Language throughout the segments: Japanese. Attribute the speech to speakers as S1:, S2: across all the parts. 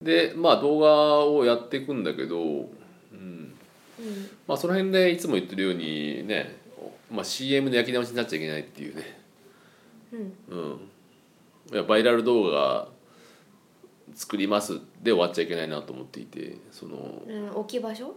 S1: でまあ動画をやっていくんだけど、うん
S2: うん
S1: まあ、その辺でいつも言ってるようにね、まあ、CM の焼き直しになっちゃいけないっていうね、
S2: うん
S1: うん、いやバイラル動画作りますで終わっちゃいけないなと思っていてその
S2: うん、置き場所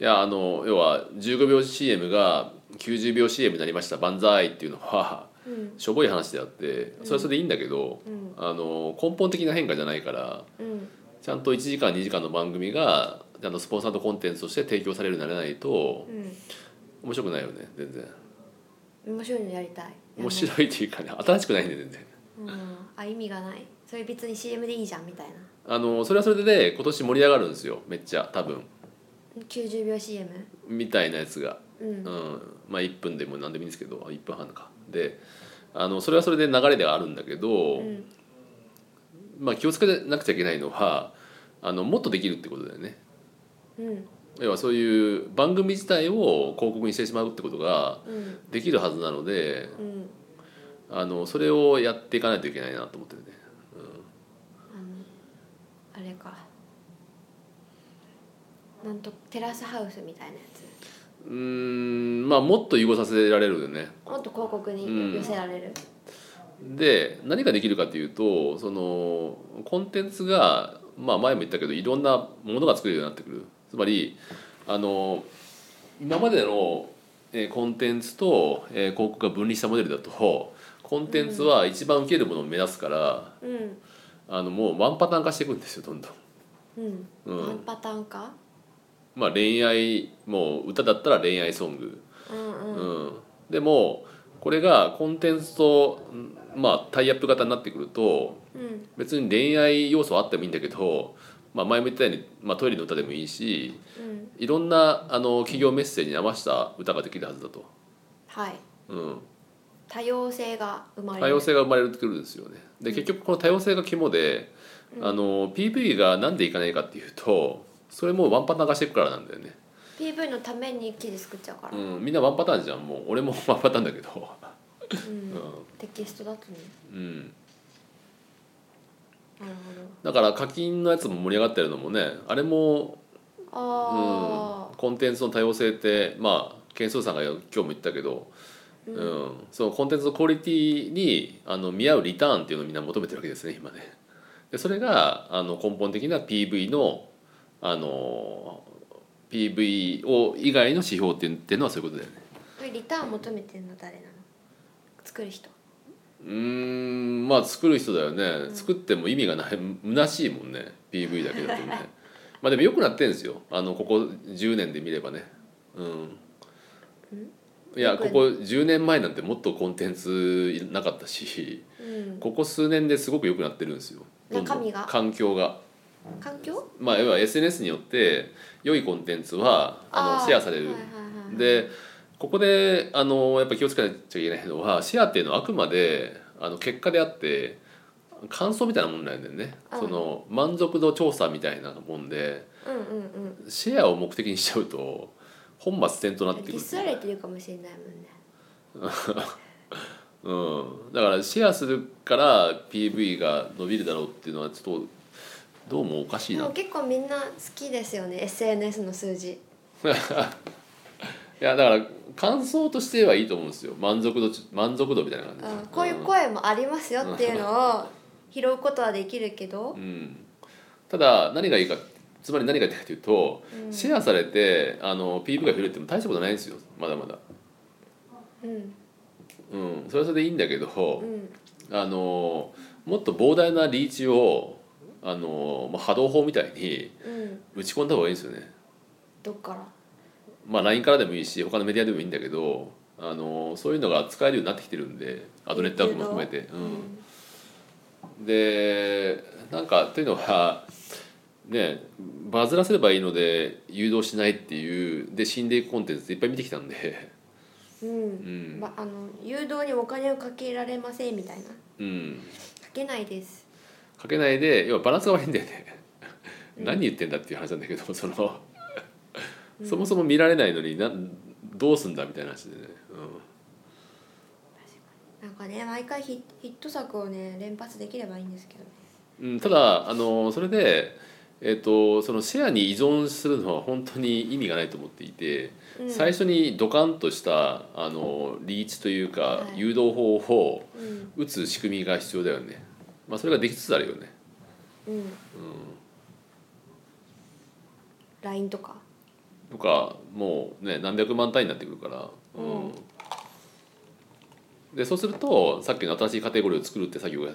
S1: いやあの要は15秒 CM が90秒 CM になりました万歳っていうのは
S2: うん
S1: しょぼい話であってそれはそれでいいんだけど、
S2: うん
S1: あの根本的な変化じゃないから
S2: うん
S1: ちゃんと1時間2時間の番組がちゃんとスポンサードコンテンツとして提供されるようにならないと面白くないよね全然
S2: うん面白いのやりたい
S1: 面白いっていうかね新しくないね全然
S2: うん、あ意味がないそれ別に CM でいいじゃんみたいな
S1: あのそれはそれでね今年盛り上がるんですよめっちゃ多分
S2: 90秒 CM
S1: みたいなやつが、
S2: うん
S1: うん
S2: うん
S1: まあ1分でも何でもいいんですけどあ1分半かであのそれはそれで流れではあるんだけど、
S2: うん
S1: まあ、気をつけなくちゃいけないのはあのもっとできるってことだよね
S2: うん
S1: 要はそういう番組自体を広告にしてしまうってことが
S2: うん
S1: できるはずなので
S2: うん
S1: あのそれをやっていかないといけないなと思ってるね
S2: あれかなんとテラスハウスみたいなやつ
S1: うーんまあもっと融合させられるよね
S2: もっと広告に寄せられる
S1: で何ができるかというとそのコンテンツが、まあ、前も言ったけどいろんなものが作れるようになってくるつまりあの今までのえーコンテンツとえー広告が分離したモデルだとコンテンツは一番受けるものを目指すから、
S2: うん
S1: あのもうワンパターン化していくんですよどんどん。
S2: うん、
S1: うん
S2: ワンパターンか
S1: まあ、恋愛もう歌だったら恋愛ソング、
S2: うんう
S1: うんんでもこれがコンテンツと、んまあ、タイアップ型になってくると
S2: うん
S1: 別に恋愛要素はあってもいいんだけど、まあ、前も言ったように、まあ、トイレの歌でもいいし
S2: うん
S1: いろんなあの企業メッセージに合わせた歌ができるはずだと、
S2: はい
S1: うん、
S2: 多様性が生まれる
S1: 多様性が生まれてくるんですよねで結局この多様性が肝で、あの PV がなんでいかないかっていうとそれもワンパターン化していくからなんだよね、
S2: PV のために記事作っちゃうから、うん
S1: うん、みんなワンパターンじゃんもう俺もワンパターンだけど、うん
S2: テキストだとね
S1: うん、
S2: なる
S1: だから課金のやつも盛り上がってるのもねあれも
S2: ほどあ
S1: うん、コンテンツの多様性ってまあケンソーさんが今日も言ったけど、うんそのコンテンツのクオリティにあの見合うリターンっていうのをみんな求めてるわけですね今ね。でそれがあの根本的な PV のあの PV を以外の指標っていうのはそういうことだよね。
S2: あ、リターン求めてるの誰なの作る人
S1: うーんまあ作る人だよね、作っても意味がない虚しいもんね PV だけだとね まあでも良くなってんですよあのここ10年で見ればねうんいや
S2: よく
S1: ここ10年前なんてもっとコンテンツなかったし
S2: うん
S1: ここ数年ですごく良くなってるんですよどんどん
S2: 中身が
S1: 環境が
S2: 環境
S1: まあ要は SNS によって良いコンテンツはあの
S2: ー
S1: シェアされる、
S2: はいはいはい
S1: でここであのやっぱ気をつけなきゃいけないのはシェアっていうのはあくまであの結果であって感想みたいなもんなんだよね、
S2: うん
S1: その満足度調査みたいなもんで
S2: うんうんうん
S1: シェアを目的にしちゃうと本末転倒になって
S2: デ
S1: く
S2: ィ
S1: る
S2: スられてるかもしれないもんね
S1: うん、だからシェアするから PV が伸びるだろうっていうのはちょっとどうもおかしい
S2: で
S1: な
S2: も
S1: い
S2: 結構みんな好きですよね SNS の数字
S1: やだから感想としてはいいと思うんですよ満足度満足度みたいな感じ、
S2: うんこういう声もありますよっていうのを拾うことはできるけど
S1: うん、ただ何がいいかつまり何がいいかというと、
S2: うん
S1: シェアされてあの PV が増えるっても大したことないんですよまだまだ、
S2: うん
S1: うん、それはそれでいいんだけど
S2: う、ん
S1: あのもっと膨大なリーチをあのまあ波動砲みたいに
S2: うん
S1: 打ち込んだ方がいいんですよね、
S2: どっから
S1: まあ、LINE からでもいいし他のメディアでもいいんだけどあのそういうのが使えるようになってきてるんでアドネットワークも含めて。うんでなんかというのはねバズらせればいいので誘導しないっていうで死んでいくコンテンツいっぱい見てきたんで
S2: うん、う
S1: うんん、
S2: まあの誘導にお金をかけられませんみたいなか
S1: うん、
S2: けないです
S1: かけないで要はバランスが悪いんだよね何言ってんだっていう話なんだけどそのそもそも見られないのになどうすんだみたいな話でね、
S2: なんかね毎回ヒヒット作をね連発できればいいんですけどね
S1: うん、ただあのそれで、えっとそのシェアに依存するのは本当に意味がないと思っていて、
S2: うん
S1: 最初にドカンとしたあのリーチというか、
S2: はい
S1: 誘導法を
S2: うん
S1: 打つ仕組みが必要だよね、まあ、それができつつあるよね
S2: うん、LINE とか
S1: とかもうね何百万単位になってくるから、
S2: うん
S1: でそうするとさっきの新しいカテゴリーを作るって作業が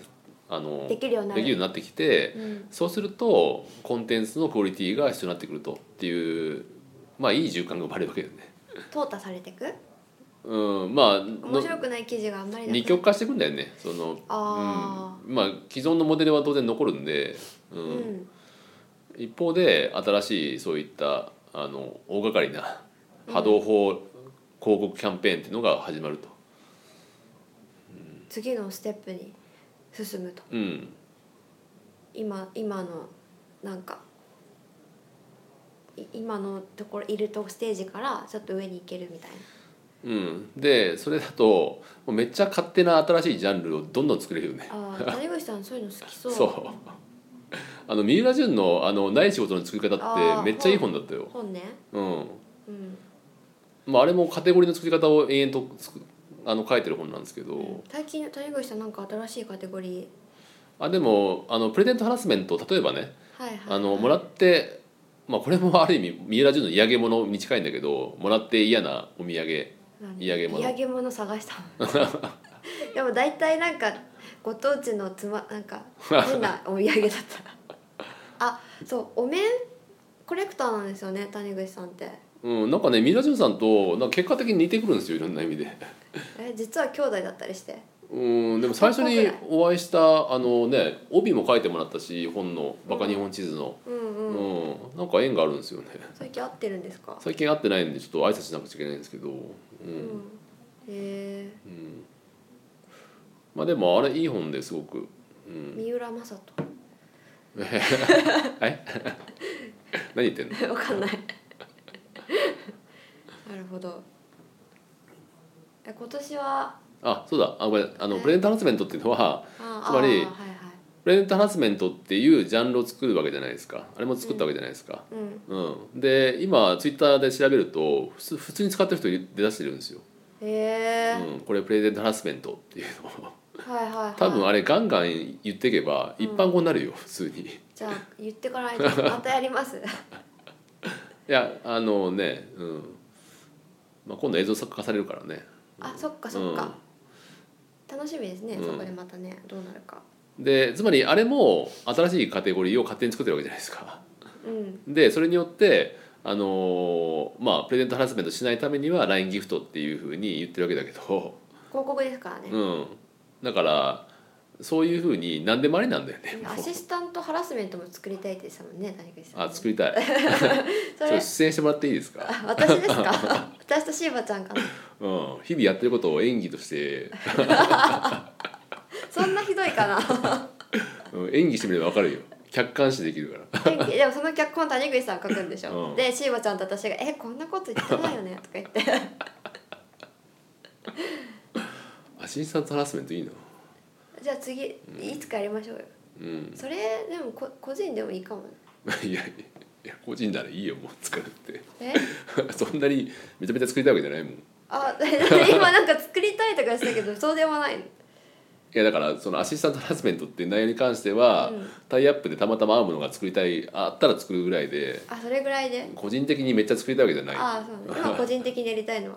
S1: あの
S2: できるようにな
S1: できるようにな
S2: る
S1: ってきて、
S2: うん
S1: そうするとコンテンツのクオリティが必要になってくるとっていうまあいい循環が生まれるわけだよね。
S2: 淘汰されていく
S1: うん、まあ
S2: 面
S1: の
S2: 白くない記事があんまりなくな
S1: 二極化していくんだよね。その
S2: あ
S1: うん、まあ既存のモデルは当然残るんで、う
S2: うんん
S1: 一方で新しいそういったあの大掛かりな波動法広告キャンペーンっていうのが始まると。
S2: 次のステップに進むと
S1: うん、
S2: 今今のなんかい今のところいるとステージからちょっと上に行けるみたいな
S1: うん、でそれだともうめっちゃ勝手な新しいジャンルをどんどん作れるよね。
S2: あ あ谷口さんそういうの好きそう
S1: そうあの三浦淳のあのない仕事の作り方
S2: あ
S1: っ
S2: ー
S1: てめっちゃいい本だったよ。
S2: 本ね
S1: うん。
S2: うん、
S1: まああれもカテゴリーの作り方を延々とつくあの書いてる本なんですけど、
S2: 最近谷口さんなんか新しいカテゴリ
S1: あでもあのプレゼントハラスメント例えばね、
S2: ーはいはい、
S1: あのもらってまあこれもある意味三浦淳の嫌げ物に近いんだけど、もらって嫌なお土産。
S2: なん
S1: 嫌げ物
S2: 嫌げ物探した もんでも大体なんかご当地のつまなんか変なお土産だっ たあそうお面コレクターなんですよね谷口さんって
S1: うん、なんかね三浦淳さんとなんか結果的に似てくるんですよいろんな意味で。
S2: え実は兄弟だったりして
S1: うんでも最初にお会いしたあのね帯も書いてもらったし本の「バカ日本地図の」
S2: うん
S1: う
S2: うん、
S1: んなんか縁があるんですよね
S2: 最近会ってるんですか
S1: 最近会ってないんでちょっと挨拶しなくちゃいけないんですけど、うん
S2: うんへえ
S1: まあでもあれいい本ですごく、うん、
S2: 三浦正人
S1: 何言ってんの
S2: わかんないなるほどえ今年は
S1: あそうだあごめんあの
S2: え
S1: プレゼントハラスメントっていうのは
S2: あ
S1: つまり
S2: あーはいはい
S1: プレゼントハラスメントっていうジャンルを作るわけじゃないですかあれも作ったわけじゃないですか、
S2: うん
S1: うんで今ツイッターで調べると普通普通に使ってる人い出だしてるんですよ、
S2: へえ、
S1: うん、これプレゼントハラスメントっていうのを
S2: はいはい、はい、
S1: 多分あれガンガン言っていけば
S2: うん
S1: 一般語になるよ普通にい
S2: じゃあ言ってからない とまたやります
S1: やあのねうんまあ今度映像作家されるからね
S2: あそっかそっか、楽しみですね、
S1: うん
S2: そこでまたねどうなるか
S1: でつまりあれも新しいカテゴリーを勝手に作ってるわけじゃないですか。
S2: うん
S1: でそれによってあのーまあ、プレゼントハラスメントしないためには LINE ギフトっていうふうに言ってるわけだけど、
S2: 広告ですからね、
S1: うん、だからそういうふうに何でもありなんだよねも
S2: ア
S1: う
S2: シスタントハラスメントも作りたいって言ってたもんね谷口さん
S1: あ作りた い
S2: そ
S1: それ
S2: れ
S1: 出演してもらっていいですか、
S2: あ私ですか 私とシーバちゃんかな
S1: うん、日々やってることを演技として、
S2: そんなひどいかな
S1: うん、演技してみれば分かるよ客観視できるから
S2: でもその脚本谷口さん書くんでしょ、
S1: うん
S2: でシーバちゃんと私が「えこんなこと言ってないよね」とか言って
S1: アシスタントハラスメントいいな
S2: じゃあ次いつかやりましょうよ
S1: うん
S2: それでもこ個人でもいいかもね
S1: いやいや個人ならいいよもう作るって
S2: え
S1: そんなにめちゃめちゃ作りたいわけじゃないもんい
S2: あ 今なんか作りたいとか言ってたけどそうでもないの
S1: やだからそのアシスタントハラスメントっていう内容に関しては、
S2: うん
S1: タイアップでたまたま合うものが作りたいあったら作るぐらいで
S2: あそれぐらいで
S1: 個人的にめっちゃ作りたいわけじゃないあ
S2: あそうね今個人的にやりたいの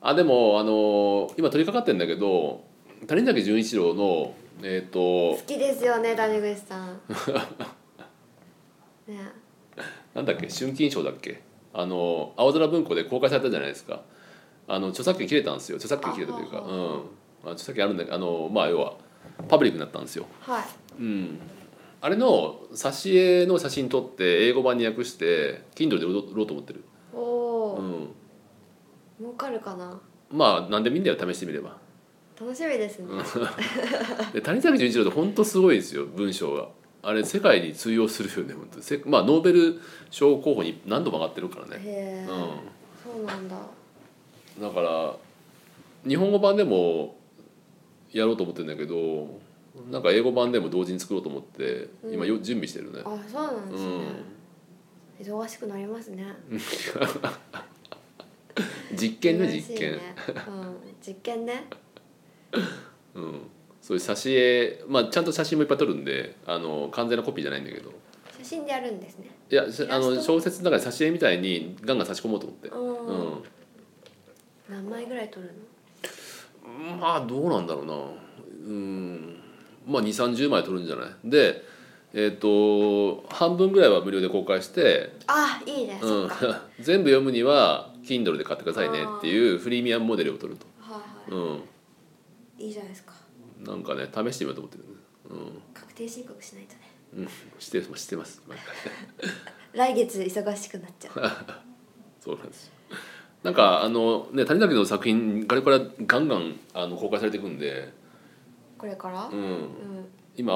S2: は
S1: でもあの今取り掛かってんだけど谷崎潤一郎のえっ、
S2: 好
S1: と
S2: きですよね谷口 さんね
S1: なんだっけ春金賞だっけあの青空文庫で公開されたじゃないですかあの著作権切れたんですよ著作権切れたというか
S2: あはあ
S1: う
S2: は
S1: んまあ著作権あるんだけどあのまあ要はパブリックになったんですよ
S2: はい
S1: うんあれの挿絵の写真撮って英語版に訳して Kindle で売ろうと思ってるう
S2: おお
S1: ん
S2: 儲かるかな
S1: まあ何でもいいんだよ試してみれ ば
S2: 楽しみですね
S1: で谷崎潤一郎って本当すごいですよ文章があれ世界に通用するよね本当せまあノーベル賞候補に何度も上がってるからねう
S2: へえ
S1: ん
S2: そうなんだ
S1: だから日本語版でもやろうと思ってるんだけどなんか英語版でも同時に作ろうと思って
S2: うん
S1: 今よ準備してるね
S2: あそうなん
S1: う
S2: です
S1: ん
S2: ね、忙しくなりますね
S1: 実験ね
S2: 忙しい
S1: 実験、
S2: うん、実験ね
S1: うん、そういう挿絵まあちゃんと写真もいっぱい撮るんであの完全なコピーじゃないんだけど
S2: 写真でやるんですね
S1: いやし
S2: イラスト
S1: あの小説の中で挿絵みたいにガンガン差し込もうと思って
S2: うん、
S1: う
S2: 何枚ぐらい撮るの
S1: んまあどうなんだろうなうんまあ2 3 0枚撮るんじゃないでえっ、と半分ぐらいは無料で公開して、
S2: あいいね、
S1: う
S2: そ
S1: ん
S2: っかはい、
S1: 全部読むには Kindle で買ってくださいねっていうフリーミアムモデルを取ると、
S2: は
S1: うん、
S2: いいいじゃないですか
S1: なんかね試してみようと思ってる、うん
S2: 確定申告しないとね
S1: うん、してますしてます毎回
S2: 来月忙しくなっちゃ う
S1: そうなんですよなんかあのね谷崎の作品ガリからガンガンあの公開されていくんで、
S2: これから
S1: うん、
S2: うん